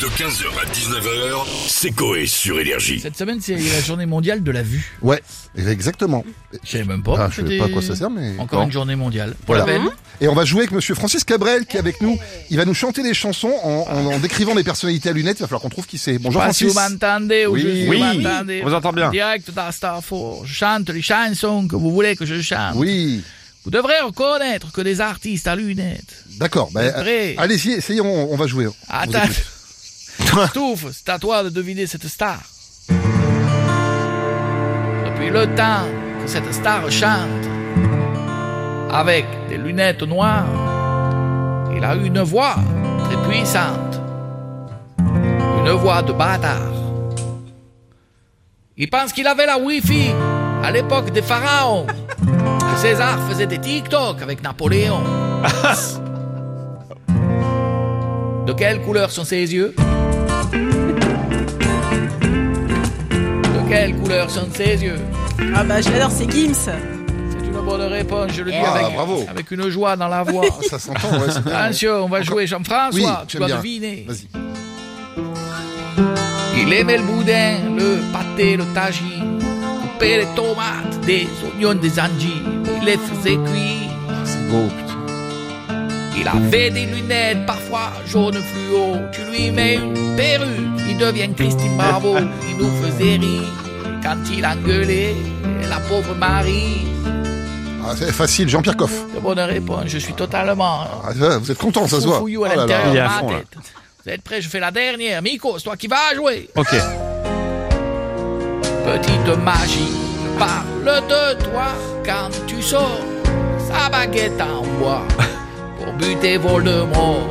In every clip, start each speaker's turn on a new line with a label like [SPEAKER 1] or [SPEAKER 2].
[SPEAKER 1] De 15h à 19h, c'est Coé sur Énergie.
[SPEAKER 2] Cette semaine, c'est la journée mondiale de la vue.
[SPEAKER 3] Ouais, exactement.
[SPEAKER 2] Je savais même pas.
[SPEAKER 3] Ah, je sais
[SPEAKER 2] C'était
[SPEAKER 3] pas à quoi ça sert, mais
[SPEAKER 2] Encore
[SPEAKER 3] bon.
[SPEAKER 2] une journée mondiale. Pour la peine.
[SPEAKER 3] Et on va jouer avec monsieur Francis Cabrel qui est avec nous. Il va nous chanter des chansons en, en- en décrivant des personnalités à lunettes. Il va falloir qu'on trouve qui c'est. Bonjour
[SPEAKER 2] Pas si
[SPEAKER 3] Francis.
[SPEAKER 2] vous m'entendez ou
[SPEAKER 3] Oui.
[SPEAKER 2] je- vous
[SPEAKER 3] Oui,
[SPEAKER 2] m'entendez.
[SPEAKER 4] on vous entend bien.
[SPEAKER 2] Direct dans Starfall. Je chante les chansons que vous voulez que je chante.
[SPEAKER 3] Oui,
[SPEAKER 2] Vous devrez reconnaître que des artistes à lunettes.
[SPEAKER 3] d'accord. Bah,
[SPEAKER 2] Prêt.
[SPEAKER 3] euh, Allez-y, essayons, on va jouer. On vous
[SPEAKER 2] Attends.
[SPEAKER 3] écoute.
[SPEAKER 2] Touffe, c'est à toi de deviner cette star. Depuis le temps que cette star chante, avec des lunettes noires, il a une voix très puissante. Une voix de bâtard. Il pense qu'il avait la Wi-Fi à l'époque des pharaons. Que César faisait des TikTok avec Napoléon. De quelle couleur sont ses yeux De quelle couleur sont ses yeux
[SPEAKER 5] Ah bah je l'adore, c'est Gims.
[SPEAKER 2] C'est une bonne réponse, je le dis
[SPEAKER 3] Ah,
[SPEAKER 2] avec,
[SPEAKER 3] bravo.
[SPEAKER 2] avec une joie dans la voix.
[SPEAKER 3] Ah, Ça s'entend, ouais, c'est bien.
[SPEAKER 2] Attention, on va jouer
[SPEAKER 3] Oui,
[SPEAKER 2] Jean-François, tu
[SPEAKER 3] j'aime
[SPEAKER 2] dois
[SPEAKER 3] bien.
[SPEAKER 2] deviner.
[SPEAKER 3] Vas-y.
[SPEAKER 2] Il aimait le boudin, le pâté, le tagine, couper les tomates, des oignons, des angies, il les faisait cuire.
[SPEAKER 3] Ah, C'est beau, putain.
[SPEAKER 2] Il avait des lunettes, parfois jaune fluo. Tu lui mets une perruque, il devient Christine Bravo. Il nous faisait rire quand il engueulait la pauvre Marie.
[SPEAKER 3] Ah, c'est facile, Jean-Pierre Coff.
[SPEAKER 2] De bonne réponse, je suis totalement
[SPEAKER 3] Ah, ça, vous êtes content, ça se voit.
[SPEAKER 2] foufouillou à
[SPEAKER 3] Oh là là.
[SPEAKER 2] l'intérieur
[SPEAKER 4] Il est
[SPEAKER 2] de
[SPEAKER 4] à
[SPEAKER 2] ma
[SPEAKER 4] fond, là.
[SPEAKER 2] tête. Vous êtes prêts, je fais la dernière. Miko, c'est toi qui vas jouer.
[SPEAKER 4] Ok.
[SPEAKER 2] Petite magie, je parle de toi quand tu sors sa baguette en bois pour buter Voldemort.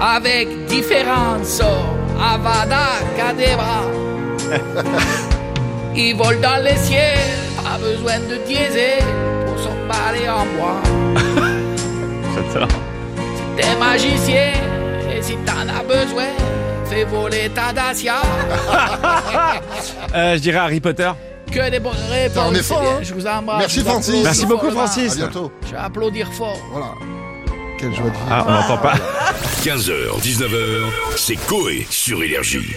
[SPEAKER 2] Avec différents sorts, Avada Kedavra. Il vole dans les ciels, pas besoin de diesel pour s'emballer en bois.
[SPEAKER 4] J'adore.
[SPEAKER 2] T'es magicien, et si t'en as besoin, fais voler ta Dacia.
[SPEAKER 4] Euh, je dirais Harry Potter.
[SPEAKER 2] Que des bonnes réponses.
[SPEAKER 3] on est fort,
[SPEAKER 2] bien.
[SPEAKER 3] hein.
[SPEAKER 2] Je vous embrasse.
[SPEAKER 3] Merci,
[SPEAKER 2] Je vous
[SPEAKER 3] Francis.
[SPEAKER 2] applaudis
[SPEAKER 4] Merci
[SPEAKER 2] fort,
[SPEAKER 4] beaucoup,
[SPEAKER 2] là.
[SPEAKER 4] Francis.
[SPEAKER 3] À bientôt.
[SPEAKER 2] Je vais applaudir fort.
[SPEAKER 3] Voilà. Quelle joie de vivre.
[SPEAKER 4] Ah, on n'entend pas.
[SPEAKER 1] 15h, 19h, c'est Coé sur Énergie.